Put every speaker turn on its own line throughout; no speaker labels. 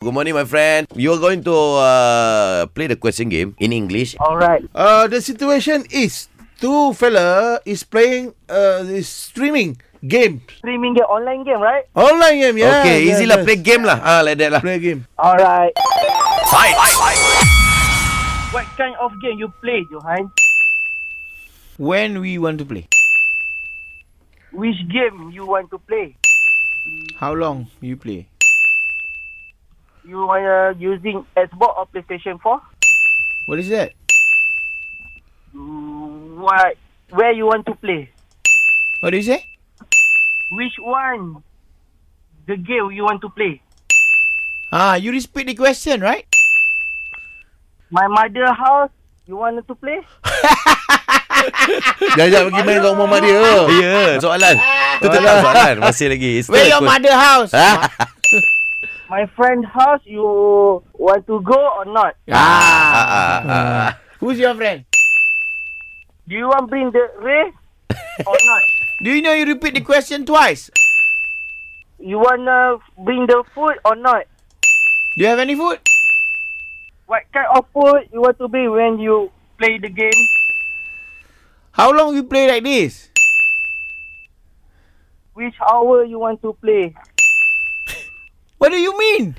Good morning, my friend. You are going to uh, play the question game in English.
Alright.
Uh, the situation is two fella is playing uh is streaming game
Streaming game, online game, right?
online game. Yeah.
okay,
yeah,
easy
yeah.
lah. Play game lah. Ah, like that lah.
Play game.
Alright.
Fight.
What kind of game you play, Johan?
When we want to play?
Which game you want to play?
How long you play?
You wanna using Xbox or PlayStation 4?
What is that?
Mm, What? Where you want to play?
What do you say?
Which one? The game you want to play?
Ah, you repeat the question, right?
My mother house. You want to play?
Jangan pergi main kat rumah mak dia.
Ya, yeah, soalan. Itu tetap soalan. Masih lagi. It's
Where
still a
your
que-
mother house?
Ah,
My friend house. You want to go or not?
ah,
ah.
ah, ah.
Who's your friend?
Do you want bring the race or not?
Do you know you repeat the question twice?
You wanna bring the food or not?
Do you have any food?
What kind of food you want to be when you play the game?
How long you play like this?
Which hour you want to play?
What do you mean?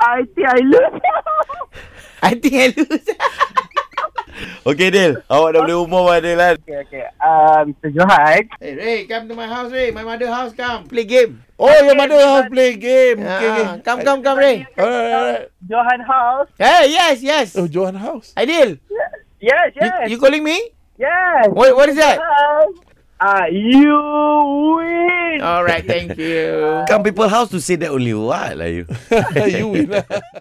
I think I lose.
I think I lose.
Okay, Dil. Awak dah boleh umur pada Dil kan?
okay, okay. Uh, Mr. Johan.
hey, Ray, come to my house, Ray. My mother house, come. Play game.
Oh, your mother house play game. Okay, okay.
Ah, Come, come, come, Ray.
Alright, alright.
Johan House.
Hey, yes, yes.
Oh, Johan house.
Ideal.
Yes,
You,
yes.
you calling me?
yes.
What, what is that?
Johan. Uh, you win.
Ah, All right, thank you.
Come people house to say that only what lah you.
you win lah.